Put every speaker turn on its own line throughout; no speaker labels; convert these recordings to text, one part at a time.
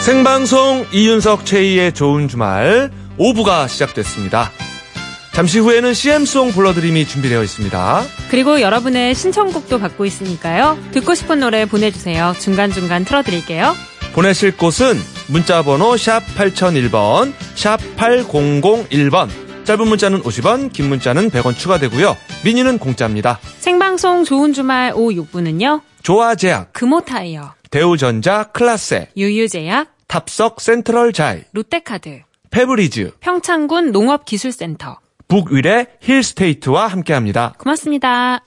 생방송 이윤석 최희의 좋은 주말 5부가 시작됐습니다. 잠시 후에는 CM송 불러드림이 준비되어 있습니다.
그리고 여러분의 신청곡도 받고 있으니까요. 듣고 싶은 노래 보내주세요. 중간중간 틀어드릴게요.
보내실 곳은 문자번호 샵 8001번, 샵 8001번. 짧은 문자는 50원, 긴 문자는 100원 추가되고요. 미니는 공짜입니다.
생방송 좋은 주말 오후 6분은요.
조화제약,
금호타이어,
대우전자, 클라세,
유유제약,
탑석 센트럴자이,
롯데카드,
페브리즈,
평창군 농업기술센터.
북위례 힐스테이트와 함께합니다.
고맙습니다.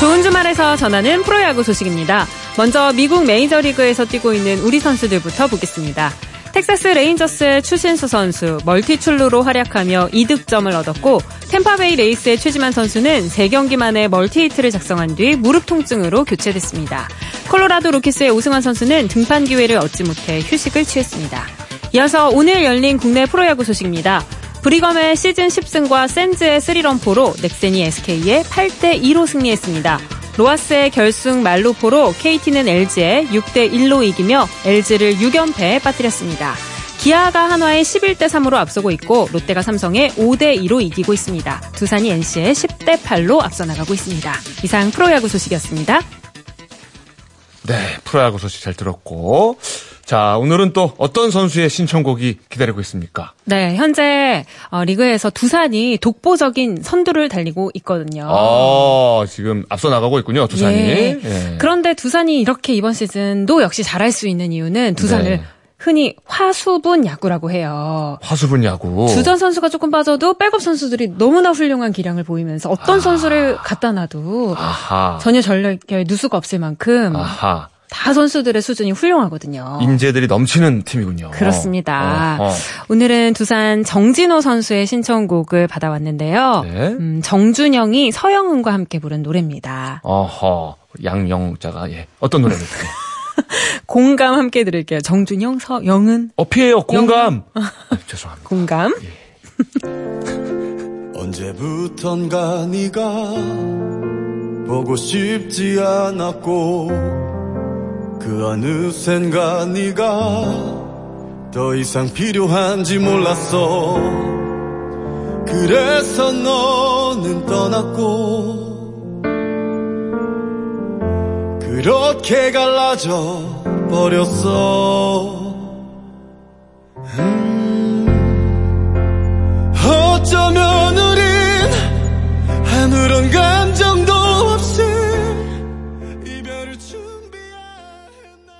좋은 주말에서 전하는 프로야구 소식입니다. 먼저 미국 메이저리그에서 뛰고 있는 우리 선수들부터 보겠습니다. 텍사스 레인저스의 추신수 선수 멀티출루로 활약하며 2득점을 얻었고 템파베이 레이스의 최지만 선수는 3경기 만에 멀티히트를 작성한 뒤 무릎 통증으로 교체됐습니다. 콜로라도 로키스의 오승환 선수는 등판 기회를 얻지 못해 휴식을 취했습니다. 이어서 오늘 열린 국내 프로야구 소식입니다. 브리검의 시즌 10승과 센즈의 3런포로 넥센이 SK에 8대2로 승리했습니다. 로아스의 결승 말루포로 KT는 LG에 6대1로 이기며 LG를 6연패에 빠뜨렸습니다. 기아가 한화에 11대3으로 앞서고 있고 롯데가 삼성에 5대2로 이기고 있습니다. 두산이 NC에 10대8로 앞서 나가고 있습니다. 이상 프로야구 소식이었습니다.
네, 프로야구 소식 잘 들었고. 자, 오늘은 또 어떤 선수의 신청곡이 기다리고 있습니까?
네, 현재 어, 리그에서 두산이 독보적인 선두를 달리고 있거든요.
아, 지금 앞서 나가고 있군요, 두산이.
예.
예.
그런데 두산이 이렇게 이번 시즌도 역시 잘할 수 있는 이유는 두산을
네.
흔히 화수분 야구라고 해요.
화수분 야구.
주전 선수가 조금 빠져도 백업 선수들이 너무나 훌륭한 기량을 보이면서 어떤
아.
선수를 갖다 놔도
아하.
전혀 전력에 누수가 없을 만큼
아하.
다 선수들의 수준이 훌륭하거든요.
인재들이 넘치는 팀이군요.
어. 그렇습니다.
어, 어.
오늘은 두산 정진호 선수의 신청곡을 받아왔는데요.
네.
음, 정준영이 서영은과 함께 부른 노래입니다.
어허. 양영자가, 예. 어떤 노래입니까?
공감 함께 들을게요. 정준영, 서영은,
어, 피해요. 공감. 아, 죄송합니다.
공감.
언제부턴가 네가 보고 싶지 않았고 그 어느 샌가 네가 더 이상 필요한지 몰랐어 그래서 너는 떠났고 그렇게 갈라져 버렸어 어쩌면 우린 아무런 감정도 없이 이별을 준비했나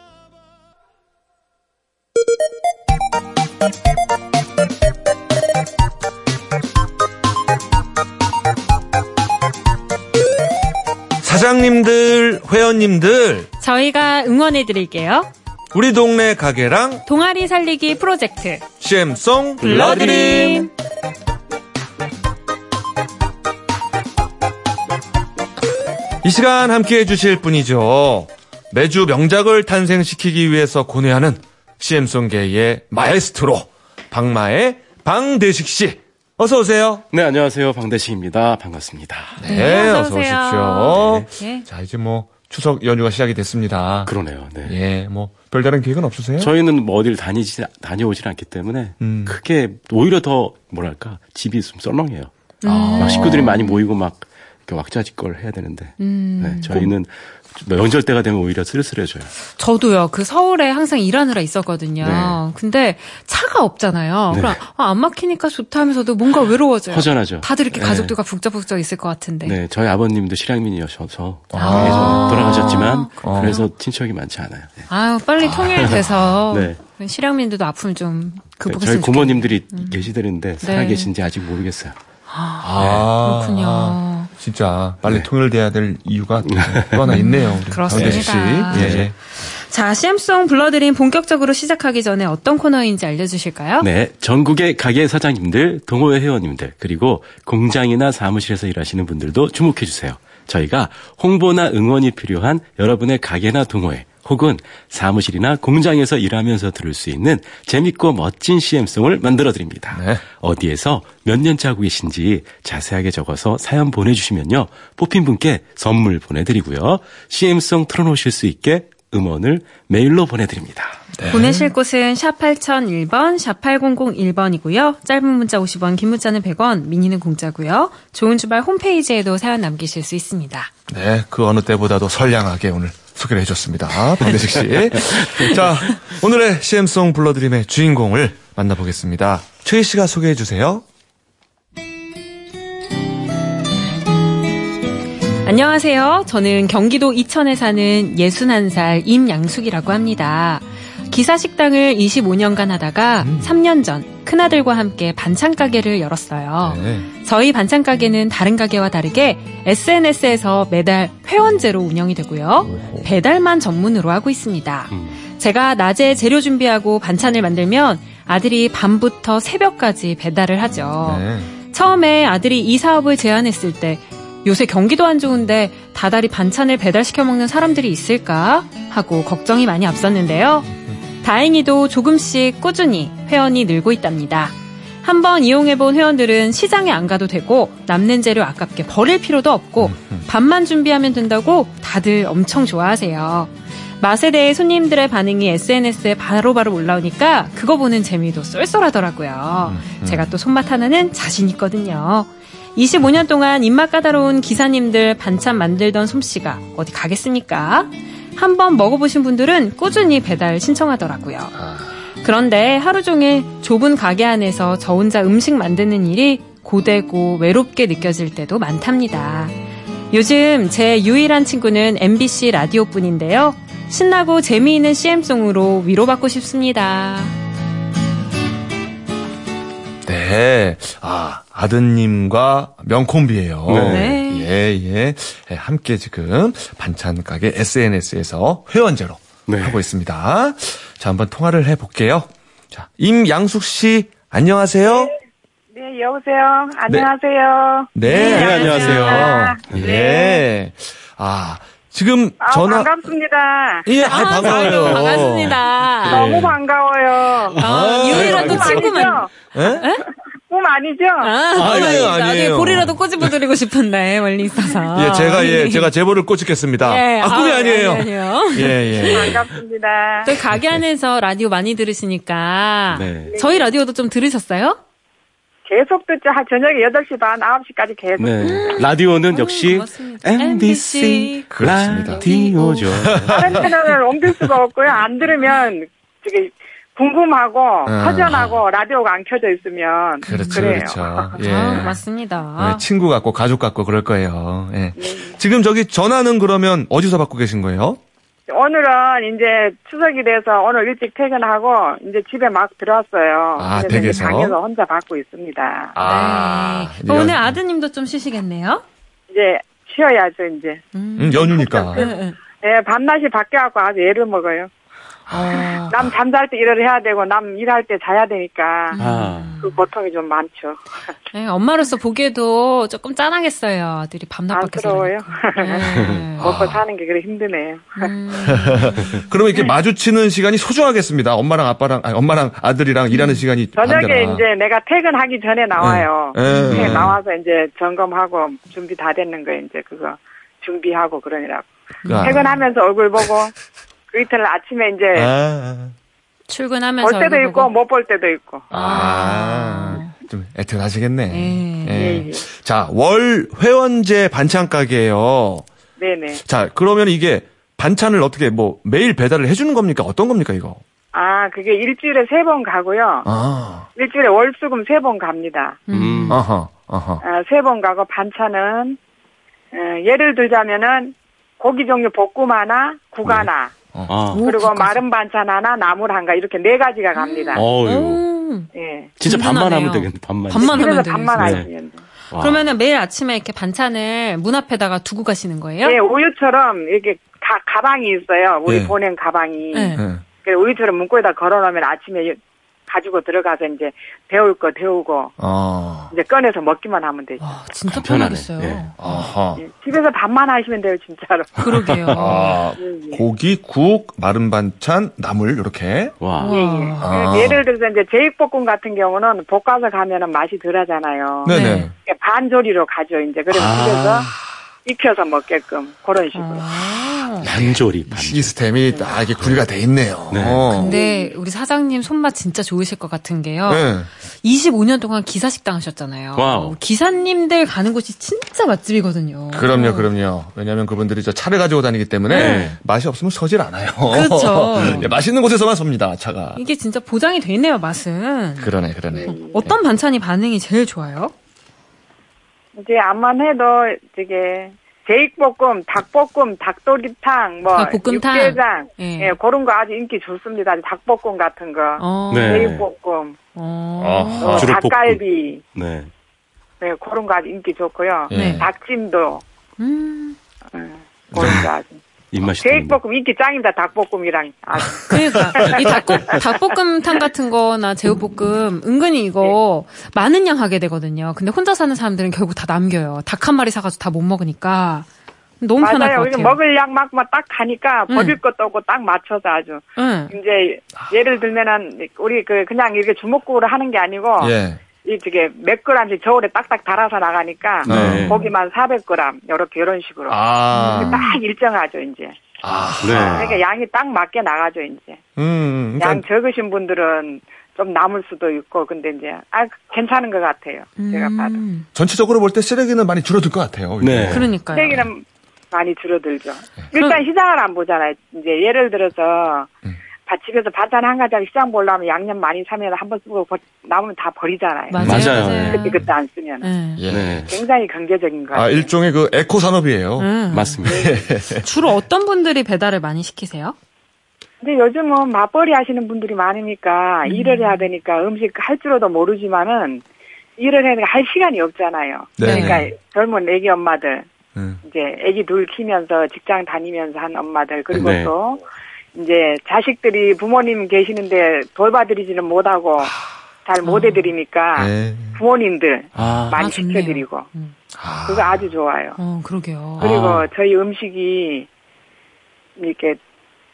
사장님들, 회원님들,
저희가 응원해 드릴게요.
우리 동네 가게랑
동아리 살리기 프로젝트
CM송
불러드림.
불러드림. 이 시간 함께 해주실 분이죠. 매주 명작을 탄생시키기 위해서 고뇌하는 CM송계의 마에스트로, 박마의 방대식 씨. 어서오세요.
네, 안녕하세요. 방대식입니다. 반갑습니다.
네,
어서 오세요.
어서 오십시오.
네.
자, 이제 뭐 추석 연휴가 시작이 됐습니다.
그러네요. 네.
예, 뭐 별다른 계획은 없으세요?
저희는 뭐 어딜 다니지, 다녀오질 않기 때문에
음.
크게 오히려 더 뭐랄까 집이 좀 썰렁해요.
아.
막 식구들이 많이 모이고 막 이렇게 왁자지껄 해야 되는데
음.
네, 저희는 명절 때가 되면 오히려 쓸쓸해져요.
저도요. 그 서울에 항상 일하느라 있었거든요.
네.
근데 차가 없잖아요.
네.
그럼 아, 안 막히니까 좋다 하면서도 뭔가 외로워져요.
허전하죠.
다들 이렇게
네.
가족들과 북적북적 있을 것 같은데.
네, 저희 아버님도 실향민이셔서
아. 어.
계속 돌아가셨지만
그렇구나.
그래서 친척이 많지 않아요. 네.
아유, 빨리 통일돼서
네.
실향민들도 아픔을 좀
그
네, 저희
극복했으면
고모님들이
음. 네.
계시더는데 살아계신지 아직 모르겠어요.
아,
좋겠군요. 네.
진짜 빨리 통일돼야 될 이유가 또 하나 있네요. 우리
그렇습니다.
방대식 씨. 예, 예.
자, CM송 불러드림 본격적으로 시작하기 전에 어떤 코너인지 알려주실까요?
네, 전국의 가게 사장님들, 동호회 회원님들, 그리고 공장이나 사무실에서 일하시는 분들도 주목해 주세요. 저희가 홍보나 응원이 필요한 여러분의 가게나 동호회 혹은 사무실이나 공장에서 일하면서 들을 수 있는 재밌고 멋진 CM송을 만들어 드립니다.
네.
어디에서 몇 년째 하고 계신지 자세하게 적어서 사연 보내주시면요. 뽑힌 분께 선물 보내드리고요. CM송 틀어놓으실 수 있게 음원을 메일로 보내드립니다.
보내실 곳은 샵 8001번, 샵 8001번이고요. 짧은 문자 50원, 긴 문자는 100원, 미니는 공짜고요. 좋은 주말 홈페이지에도 사연 남기실 수 있습니다.
네, 그 어느 때보다도 선량하게 오늘 소개를 해줬습니다. 아, 박대식 씨. 자, 오늘의 CM송 불러드림의 주인공을 만나보겠습니다. 최희 씨가 소개해주세요.
안녕하세요. 저는 경기도 이천에 사는 61살 임양숙이라고 합니다. 기사식당을 25년간 하다가 3년 전 큰아들과 함께 반찬가게를 열었어요.
네.
저희 반찬가게는 다른 가게와 다르게 SNS에서 매달 회원제로 운영이 되고요.
네.
배달만 전문으로 하고 있습니다. 제가 낮에 재료 준비하고 반찬을 만들면 아들이 밤부터 새벽까지 배달을 하죠.
네.
처음에 아들이 이 사업을 제안했을 때 요새 경기도 안 좋은데 다달이 반찬을 배달시켜 먹는 사람들이 있을까 하고 걱정이 많이 앞섰는데요. 다행히도 조금씩 꾸준히 회원이 늘고 있답니다. 한번 이용해본 회원들은 시장에 안 가도 되고 남는 재료 아깝게 버릴 필요도 없고 밥만 준비하면 된다고 다들 엄청 좋아하세요. 맛에 대해 손님들의 반응이 SNS에 바로바로 올라오니까 그거 보는 재미도 쏠쏠하더라고요.
음,
제가 또 손맛 하나는 자신 있거든요. 25년 동안 입맛 까다로운 기사님들 반찬 만들던 솜씨가 어디 가겠습니까? 한번 먹어보신 분들은 꾸준히 배달 신청하더라고요.
아,
그런데 하루 종일 좁은 가게 안에서 저 혼자 음식 만드는 일이 고되고 외롭게 느껴질 때도 많답니다. 요즘 제 유일한 친구는 MBC 라디오 뿐인데요. 신나고 재미있는 CM송으로 위로받고 싶습니다.
네. 아, 아드님과 명콤비예요
네.
예, 예. 예, 함께 지금 반찬가게 SNS에서 회원제로
네.
하고 있습니다. 자, 한번 통화를 해볼게요. 자, 임양숙 씨, 안녕하세요.
네, 여보세요. 안녕하세요.
네,
네,
안녕하세요.
예.
네.
아, 지금
아,
전화.
반갑습니다.
예, 아, 반가워요. 네.
반갑습니다.
너무 반가워요.
아, 유일한 또
꿈
친구만.
예?
아니죠? 예? 꿈 아니죠?
아니에요, 아니에요.
볼이라도 꼬집어 드리고 싶었네, 멀리 있어서.
예, 제가 예, 제가 제보를 꼬집겠습니다.
아. 예,
아, 꿈이 아니에요.
아니, 아니에요.
예, 예.
반갑습니다.
저희 가게 안에서 라디오 많이 들으시니까.
네.
저희 라디오도 좀 들으셨어요?
계속 듣죠. 한 저녁에 8시 반, 9시까지 계속.
네. 라디오는 역시
음, 고맙습니다. MBC.
MBC
그렇습니다.
라디오죠.
다른 채널을 옮길 수가 없고요. 안 들으면 되게 궁금하고
아.
허전하고 라디오가 안 켜져 있으면
그렇죠,
래요
그렇죠. 예.
아, 맞습니다.
예, 친구 같고 가족 같고 그럴 거예요. 예. 지금 저기 전화는 그러면 어디서 받고 계신 거예요?
오늘은 이제 추석이 돼서 오늘 일찍 퇴근하고 이제 집에 막 들어왔어요.
아,
그래서 이제
댁에서?
방에서 혼자 받고 있습니다.
아,
네. 오늘
연-
아드님도 좀 쉬시겠네요?
이제 쉬어야죠, 이제.
음, 연휴니까.
네, 네.
예, 밤낮이 바뀌어갖고 아주 애를 먹어요.
아,
남 잠잘 때 일을 해야 되고, 남 일할 때 자야 되니까,
아,
그 고통이 좀 많죠.
네, 엄마로서 보기에도 조금 짠하겠어요. 아들이 밤낮 밖에서.
안쓰러워요.
네.
먹고 사는 게 그래 힘드네요.
그러면 이렇게 마주치는 시간이 소중하겠습니다. 엄마랑 아빠랑, 아니, 엄마랑 아들이랑
음.
일하는 시간이
저녁에
반대라.
이제 내가 퇴근하기 전에 나와요.
예, 예,
네,
예.
나와서 이제 점검하고 준비 다 됐는 거 이제 그거 준비하고 그러느라고.
아.
퇴근하면서 얼굴 보고, 그 이튿날 아침에 이제
아,
출근하면서.
볼 때도
얼굴
있고, 뭐.
보고.
못 볼 때도 있고.
아. 좀 애틀하시겠네.
예.
예.
예.
자, 월 회원제 반찬 가게예요.
네네.
자, 그러면 이게 반찬을 어떻게 뭐 매일 배달을 해주는 겁니까? 어떤 겁니까 이거?
아, 그게 일주일에 세 번 가고요.
아,
일주일에 월수금 세 번 갑니다.
음.
음.
아하, 아하.
세 번 가고 반찬은 어, 예를 들자면은 고기 종류 볶음 하나, 국 하나,
어.
아,
네. 오,
그리고
국까지.
마른 반찬 하나, 나물 한가 이렇게 네 가지가 갑니다.
어유.
음.
예.
진짜 반만
든든하네요.
하면 되겠네. 반만.
반만 하면
그래서
되겠어요.
밥만
네.
아시면 돼요.
와.
그러면은 매일 아침에 이렇게 반찬을 문 앞에다가 두고 가시는 거예요?
예, 우유처럼 이렇게 가, 가방이 있어요. 우리
네.
보낸 가방이.
네.
예.
그 우유처럼 문고에다 걸어놓으면 아침에 가지고 들어가서 이제 배울 거 배우고
어.
이제 꺼내서 먹기만 하면 되죠.
와, 진짜
간편하네.
편하겠어요.
예.
아하.
예, 집에서 밥만 하시면 돼요, 진짜로.
그러게요.
아,
예, 예.
고기, 국, 마른 반찬, 나물 이렇게.
와.
와.
아.
예, 예를 들어서 이제 제육볶음 같은 경우는 볶아서 가면은 맛이 덜하잖아요.
네네.
네.
이렇게 반조리로 가죠, 이제. 그래서
아.
집에서 익혀서 먹게끔 그런 식으로.
아.
반조리 반.
시스템이 딱 이게 구리가 돼 있네요.
네.
어.
근데 우리 사장님 손맛 진짜 좋으실 것 같은 게요.
네.
25년 동안 기사식당 하셨잖아요.
와우.
기사님들 가는 곳이 진짜 맛집이거든요.
그럼요, 그럼요. 왜냐하면 그분들이 저 차를 가지고 다니기 때문에
네.
맛이 없으면 서질 않아요.
그렇죠.
예, 맛있는 곳에서만 섭니다, 차가.
이게 진짜 보장이 돼 있네요, 맛은.
그러네, 그러네.
어떤 반찬이 반응이 제일 좋아요?
이제 암만 해도 되게 제육볶음, 닭볶음, 닭도리탕, 뭐
닭볶음탕.
육개장,
예.
예. 그런 거 아주 인기 좋습니다. 닭볶음 같은 거,
어.
네.
제육볶음,
아.
어.
뭐
주로 볶음.
닭갈비,
네.
예, 그런 거 아주 인기 좋고요.
예.
네.
닭찜도 네,
음.
그런 거 아주.
네. 입맛이 돋는다.
제육볶음 인기 짱입니다. 닭볶음이랑 아주.
그러니까 이 닭볶 닭볶음탕 같은 거나 제육볶음 은근히 이거 많은 양 하게 되거든요. 근데 혼자 사는 사람들은 결국 다 남겨요. 닭 한 마리 사가지고 다 못 먹으니까 너무 편할
맞아요.
것
이거
같아요.
먹을 양막딱 가니까 버릴 것도 없고 딱 맞춰서 아주.
응.
이제 예를 들면은 우리 그 그냥 이렇게 주먹구로 하는 게 아니고
예.
이 되게 몇 그램씩 저울에 딱딱 달아서 나가니까
네.
고기만 400g 이렇게 이런 식으로
아.
딱 일정하죠 이제.
아.
네.
그러니까 양이 딱 맞게 나가죠 이제.
음,
양
그러니까
적으신 분들은 좀 남을 수도 있고 근데 이제 아 괜찮은 것 같아요. 제가 봐도.
음.
전체적으로 볼 때 쓰레기는 많이 줄어들 것 같아요.
네.
이게.
그러니까요.
쓰레기는 많이 줄어들죠. 일단 시장을 안 보잖아요. 이제 예를 들어서 바- 집에서 반찬 한 가지 시장 보려면 양념 많이 사면 한 번 쓰고 버- 남으면 다 버리잖아요.
맞아요.
맞아요.
맞아요.
그때 그때 안 쓰면 은
예.
예.
네.
굉장히 경제적인 거
아,
같아요.
일종의 그 에코 산업이에요.
음.
어, 네. 맞습니다.
주로 어떤 분들이 배달을 많이 시키세요?
근데 요즘은 뭐 맞벌이 하시는 분들이 많으니까 일을 해야 되니까 음식 할 줄도 모르지만은 일을 해야 되니까 할 시간이 없잖아요.
네.
그러니까 젊은 애기 엄마들
음.
이제 애기 둘 키면서 직장 다니면서 한 엄마들 그리고
네.
또 이제 자식들이 부모님 계시는데 돌봐드리지는 못하고 잘 못 해드리니까
네.
부모님들
아.
많이
아, 좋네요.
시켜드리고
음.
아.
그거 아주 좋아요.
어, 그러게요.
그리고
아.
저희 음식이 이렇게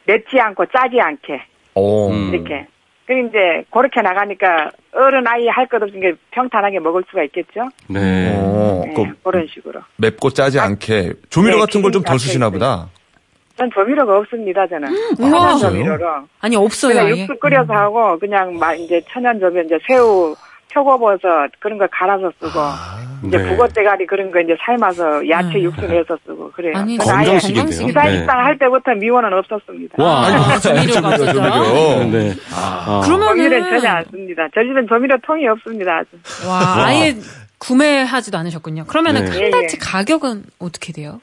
맵지 않고 짜지 않게
오.
음.
이렇게. 그 이제 그렇게 나가니까 어른 아이 할 것 없이 이제 평탄하게 먹을 수가 있겠죠.
네.
오.
예,
그
그런 식으로.
맵고 짜지 않게 조미료
네,
같은 걸 좀 덜
튀김
쓰시나
잡혀
보다.
전 조미료가 없습니다. 저는
우와.
천연 조미료로
아니 없어요.
그냥
음, 아, 아예.
육수 끓여서
음.
하고 그냥 막 이제 천연 조미료 이제 새우 표고버섯 그런 거 갈아서 쓰고 이제
네.
북어대가리 그런 거 이제 삶아서 야채
음.
육수 내서 쓰고 그래요.
아니,
전 아예
건강식인데요.
건강식이-
기사
네.
입상 할 때부터 미원은 없었습니다.
와.
아, 조미료가 없어요.
네. 아.
조미료는 전혀
음. 그러면은
안 씁니다. 저 집은 조미료 통이 없습니다. 아주.
와 아예 구매하지도 않으셨군요. 그러면은
네.
한
예,
달치 가격은 어떻게 돼요?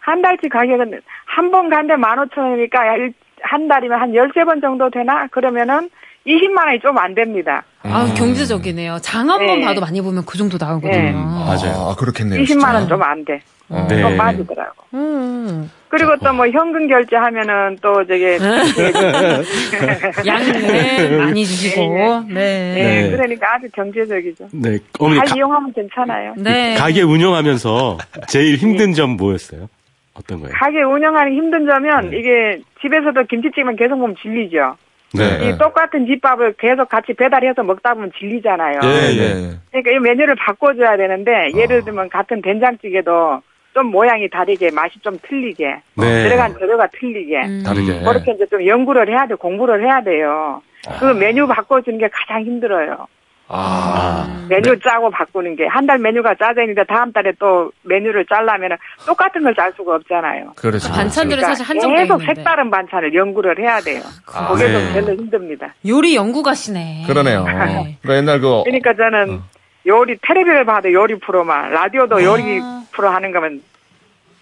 한 달치 가격은 한 번 간데 15,000원이니까 일- 한 달이면 한 13번 정도 되나? 그러면은 20만 원이 좀 안 됩니다.
아
음.
경제적이네요. 장 한 번
네.
봐도 많이 보면 그 정도 나오거든요.
네.
맞아요.
아, 그렇겠네요.
20만
진짜.
원 좀 안 돼.
네.
좀 빠지더라고.
음.
그리고 또 뭐 현금 결제하면은 또 저게
아.
양을 많이 주시고
예,
네.
네.
그러니까 아주 경제적이죠.
네. 어머니
잘
가,
이용하면 괜찮아요.
네.
가게 운영하면서 제일 힘든 점 뭐였어요? 어떤 거예요?
가게 운영하는 힘든 점은 이게 집에서도 김치찌개만 계속 먹으면 질리죠.
네.
이 똑같은 집밥을 계속 같이 배달해서 먹다 보면 질리잖아요.
예, 예.
네.
그러니까 이 메뉴를 바꿔줘야 되는데
어.
예를 들면 같은 된장찌개도 좀 모양이 다르게 맛이 좀 틀리게
네.
들어간 재료가 틀리게
음.
다르게.
그렇게 이제 좀 연구를 해야 돼 공부를 해야 돼요. 그 메뉴 바꿔주는 게 가장 힘들어요.
아.
메뉴 짜고 바꾸는 게 한 달 메뉴가 짜져 있는데 다음 달에 또 메뉴를 짜려면 똑같은 걸 짤 수가 없잖아요.
그렇죠.
반찬들은
그러니까
사실 한정돼
계속
있는데.
색다른 반찬을 연구를 해야 돼요.
아,
그게 좀
네.
별로 힘듭니다.
요리 연구가시네.
그러네요.
네.
그러니까 옛날 그
그러니까 저는 요리 텔레비를 봐도 요리 프로만 라디오도 요리 프로 하는 거면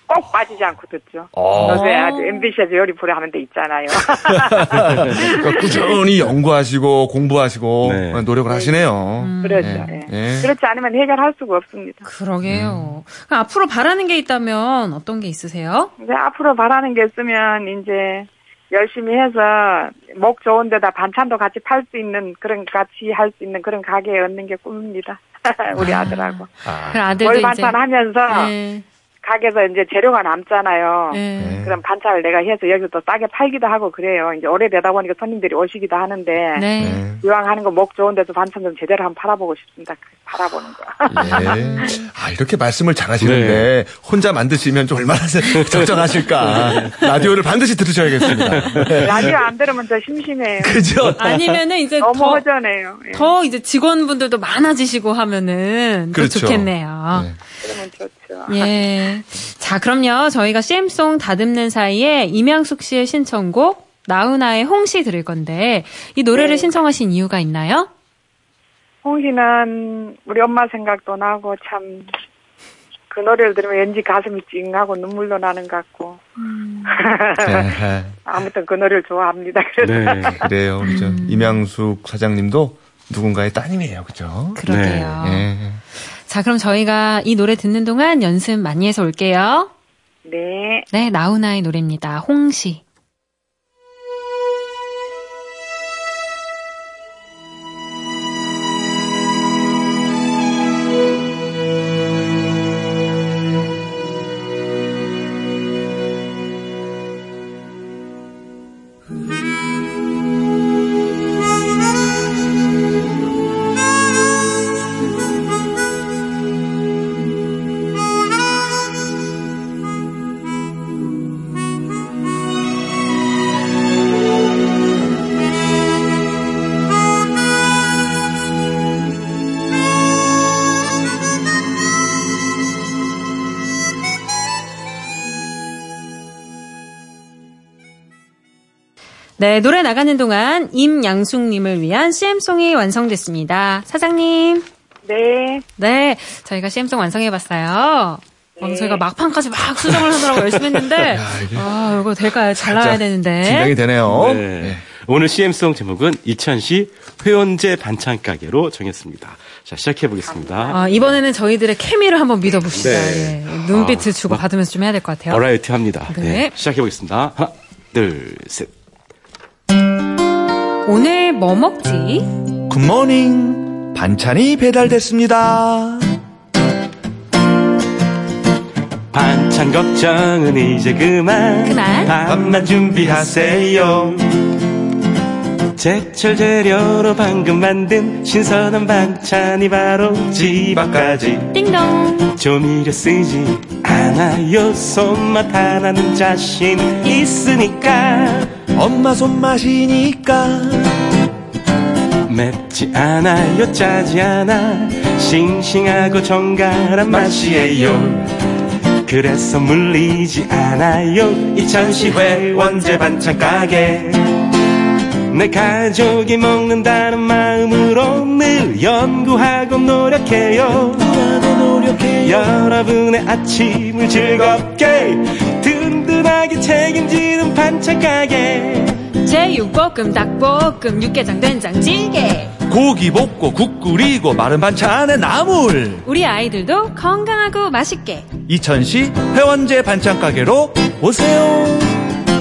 꼭 빠지지 않고 듣죠.
어.
요새 아주 MBC에서 요리 프로 하는 데 있잖아요.
그러니까 꾸준히 연구하시고 공부하시고
네.
노력을 하시네요.
음.
그렇죠.
예.
예.
예.
그렇지 않으면 해결할 수가 없습니다.
그러게요.
음.
그럼 앞으로 바라는 게 있다면 어떤 게 있으세요?
이제 앞으로 바라는 게 있으면 이제 열심히 해서 목 좋은 데다 반찬도 같이 팔 수 있는 그런 같이 할 수 있는 그런 가게 얻는 게 꿈입니다. 우리 아들하고
아,
그 아들도
월
이제
반찬 하면서
예,
가게에서 이제 재료가 남잖아요.
예.
네.
그럼 반찬을 내가 해서 여기서 또 싸게 팔기도 하고 그래요. 이제 오래되다 보니까 손님들이 오시기도 하는데
네.
네.
이왕 하는 거 목 좋은 데서 반찬 좀 제대로 한번 팔아보고 싶습니다. 그 팔아보는 거.
예. 아, 이렇게 말씀을 잘 하시는데, 혼자 만드시면 좀 얼마나 적정하실까. 라디오를 반드시 들으셔야겠습니다.
네.
라디오 안 들으면 저 심심해요.
그죠?
아니면은 이제
너무
더,
허전해요. 예,
더 이제 직원분들도 많아지시고 하면은 또
그렇죠.
좋겠네요.
네.
그러면 좋죠.
예. 자, 그럼요. 저희가 CM송 다듬는 사이에 임양숙 씨의 신청곡, 나훈아의 홍시 들을 건데, 이 노래를
네.
신청하신 이유가 있나요?
홍시는 우리 엄마 생각도 나고 참 그 노래를 들으면 왠지 가슴이 찡하고 눈물도 나는 것 같고
네.
아무튼 그 노래를 좋아합니다. 그래서
네.
그래요. 우리 저
음.
임양숙 사장님도 누군가의 따님이에요. 그죠?
그러게요.
예.
자, 그럼 저희가 이 노래 듣는 동안 연습 많이 해서 올게요.
네.
네, 나훈아의 노래입니다. 홍시. 네, 노래 나가는 동안 임양숙님을 위한 CM송이 완성됐습니다. 사장님.
네.
네, 저희가 CM송 완성해봤어요. 어,
네.
저희가 막판까지 막 수정을 하느라고 열심히 했는데,
이게
아, 이거 될까요? 잘 나와야
진짜 긴장이
되는데.
되네요.
네. 오늘 CM송 제목은 이천시 회원제 반찬가게로 정했습니다. 자, 시작해 보겠습니다.
아, 이번에는 저희들의 케미를 한번 믿어봅시다.
네.
예, 눈빛을
아,
주고
막-
받으면서 좀 해야 될 것 같아요.
버라이어티 합니다.
네.
시작해 보겠습니다. 하나, 둘, 셋.
오늘 뭐 먹지?
굿모닝. 반찬이 배달됐습니다.
반찬 걱정은 이제 그만.
그만.
밥만 준비하세요. 제철 재료로 방금 만든 신선한 반찬이 바로 집 앞까지.
띵동.
조미료 쓰지 않아요. 손맛 하나는 자신 있으니까.
엄마 손맛이니까.
맵지 않아요 짜지 않아 싱싱하고 정갈한 맛이에요 그래서 물리지 않아요 이천시 회원제 반찬 가게 내 가족이 먹는다는 마음으로 늘 연구하고 노력해요 여러분의 아침을 즐겁게 든든하게 책임지는 반찬 가게
제육볶음, 닭볶음, 육개장, 된장찌개.
고기 볶고 국 끓이고 마른 반찬에 나물
우리 아이들도 건강하고 맛있게.
이천시 회원제 반찬 가게로 오세요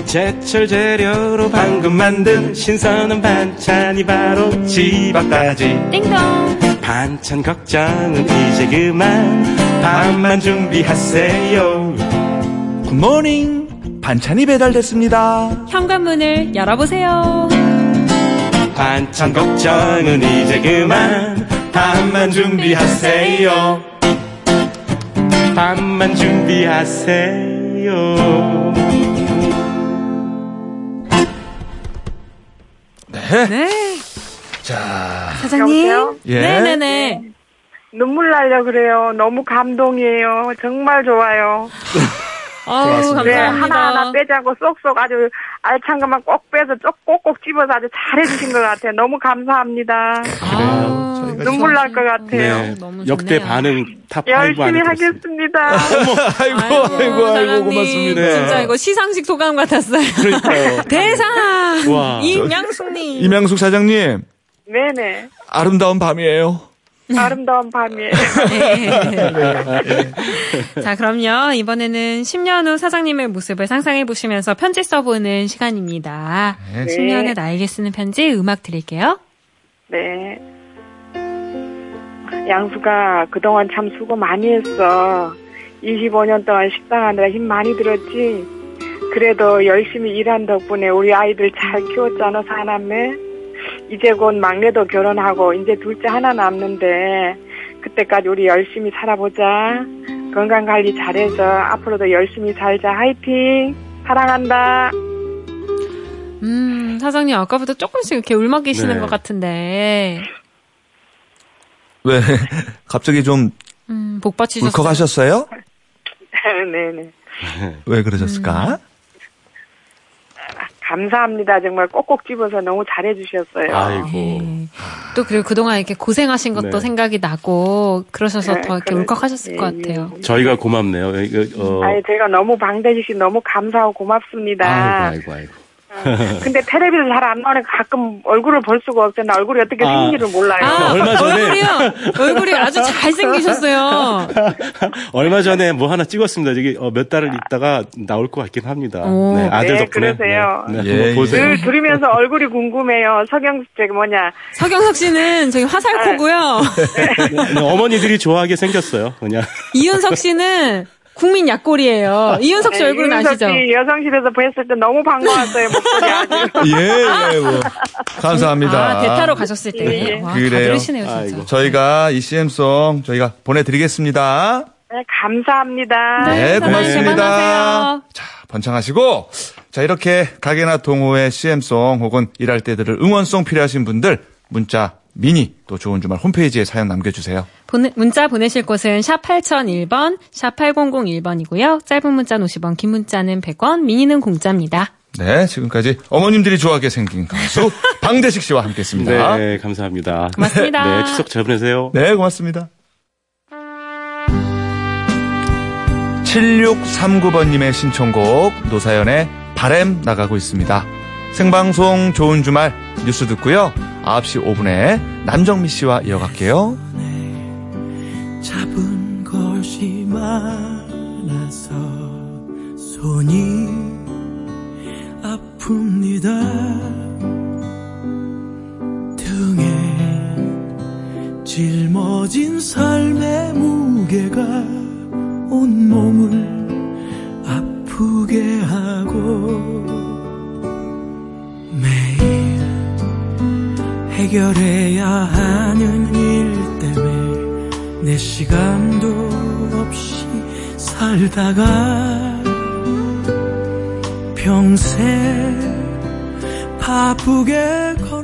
제철 재료로 방금 만든 신선한 반찬이 바로 집 앞까지
띵동.
반찬 걱정은 이제 그만 밥만 준비하세요
굿모닝 반찬이 배달됐습니다
현관문을 열어보세요.
반찬 걱정은 이제 그만 밥만 준비하세요 밥만 준비하세요
네.
자
사장님.
여보세요?
예.
네네네.
눈물 날려 그래요. 너무 감동이에요. 정말 좋아요.
아우,
그래
감사합니다.
네, 하나하나 빼자고 쏙쏙 아주 알찬 것만 꼭 빼서 쪽 꼭꼭 집어서 아주 잘해주신 것 같아요. 너무 감사합니다.
아우,
네, 저희가
눈물 날 것 같아요.
네, 너무
역대
좋네요.
반응 탑 5 안에
열심히
들었습니다
하겠습니다.
아이고 아이고 아이고,
사장님, 네.
고맙습니다
진짜 이거 시상식 소감 같았어요.
그러니까요.
대상!
와.
임양숙님.
임양숙 사장님
네네.
아름다운 밤이에요
아름다운 밤이에요.
네.
네.
자, 그럼요. 이번에는 10년 후 사장님의 모습을 상상해 보시면서 편지 써보는 시간입니다.
네.
10년 후 나에게 쓰는 편지 음악 드릴게요.
네. 양수가 그동안 참 수고 많이 했어. 25년 동안 식당하느라 힘 많이 들었지. 그래도 열심히 일한 덕분에 우리 아이들 잘 키웠잖아, 사남매. 이제 곧 막내도 결혼하고, 이제 둘째 하나 남는데, 그때까지 우리 열심히 살아보자. 건강 관리 잘해서 앞으로도 열심히 살자. 화이팅! 사랑한다!
음, 사장님 아까부터 조금씩 이렇게 울먹이시는
네.
것 같은데,
왜 갑자기 좀
음, 복 받치셨어요.
울컥하셨어요?
네네.
왜 그러셨을까?
감사합니다. 정말 꼭꼭 집어서 너무 잘해주셨어요.
아이고.
네. 또 그리고 그동안 이렇게 고생하신 것도
네.
생각이 나고 그러셔서
네,
더 이렇게
그래.
울컥하셨을
예,
것
예.
같아요.
저희가 고맙네요. 이거, 어,
아니, 제가 너무 방대지 씨 너무 감사하고 고맙습니다.
아이고, 아이고, 아이고.
근데 텔레비를 잘 안 나오니까 가끔 얼굴을 볼 수가 없어요. 나 얼굴이 어떻게
아.
생긴지를 몰라요.
아,
얼마 전에-
얼굴이요. 얼굴이 아주 잘생기셨어요.
얼마 전에 뭐 하나 찍었습니다. 저기 어, 몇 달을 있다가 나올 것 같긴 합니다.
오.
네, 아들
네,
덕분에.
그러세요.
네, 네,
예,
한번
예.
보세요.
늘 들으면서 얼굴이 궁금해요. 석영, 저기 뭐냐.
서경석 씨는 저기 화살코고요.
네, 어머니들이 좋아하게 생겼어요. 그냥.
이윤석 씨는 국민 약골이에요. 이윤석 씨
네,
얼굴은
이윤석
아시죠?
씨 여성실에서 뵀을 때 너무 반가웠어요. 목소리 아주.
예, 예, 뭐. 감사합니다.
아, 대타로 가셨을 때.
예.
와, 다
그래요.
들으시네요, 진짜.
아이고.
저희가 이 CM송 저희가 보내드리겠습니다.
네, 감사합니다.
네,
사랑해,
고맙습니다.
사랑하세요.
자, 번창하시고. 자, 이렇게 가게나 동호회 CM송 혹은 일할 때들을 응원송 필요하신 분들 문자 미니 또 좋은 주말 홈페이지에 사연 남겨주세요.
보내- 문자 보내실 곳은 샵 8001번, 샵 8001번이고요. 짧은 문자는 50원, 긴 문자는 100원, 미니는 공짜입니다.
네, 지금까지 어머님들이 좋아하게 생긴 가수 방대식 씨와 함께 했습니다.
네, 감사합니다.
고맙습니다.
네, 추석 잘 보내세요.
네, 고맙습니다. 7639번님의 신청곡 노사연의 바램 나가고 있습니다. 생방송 좋은 주말 뉴스 듣고요. 9시 5분에 남정미 씨와 이어갈게요.
잡은 것이 많아서 손이 아픕니다. 등에 짊어진 삶의 무게가 온 몸을 아프게 하고 매일 해결해야 하는 일 때문에 내 시간도 없이 살다가 평생 바쁘게 걸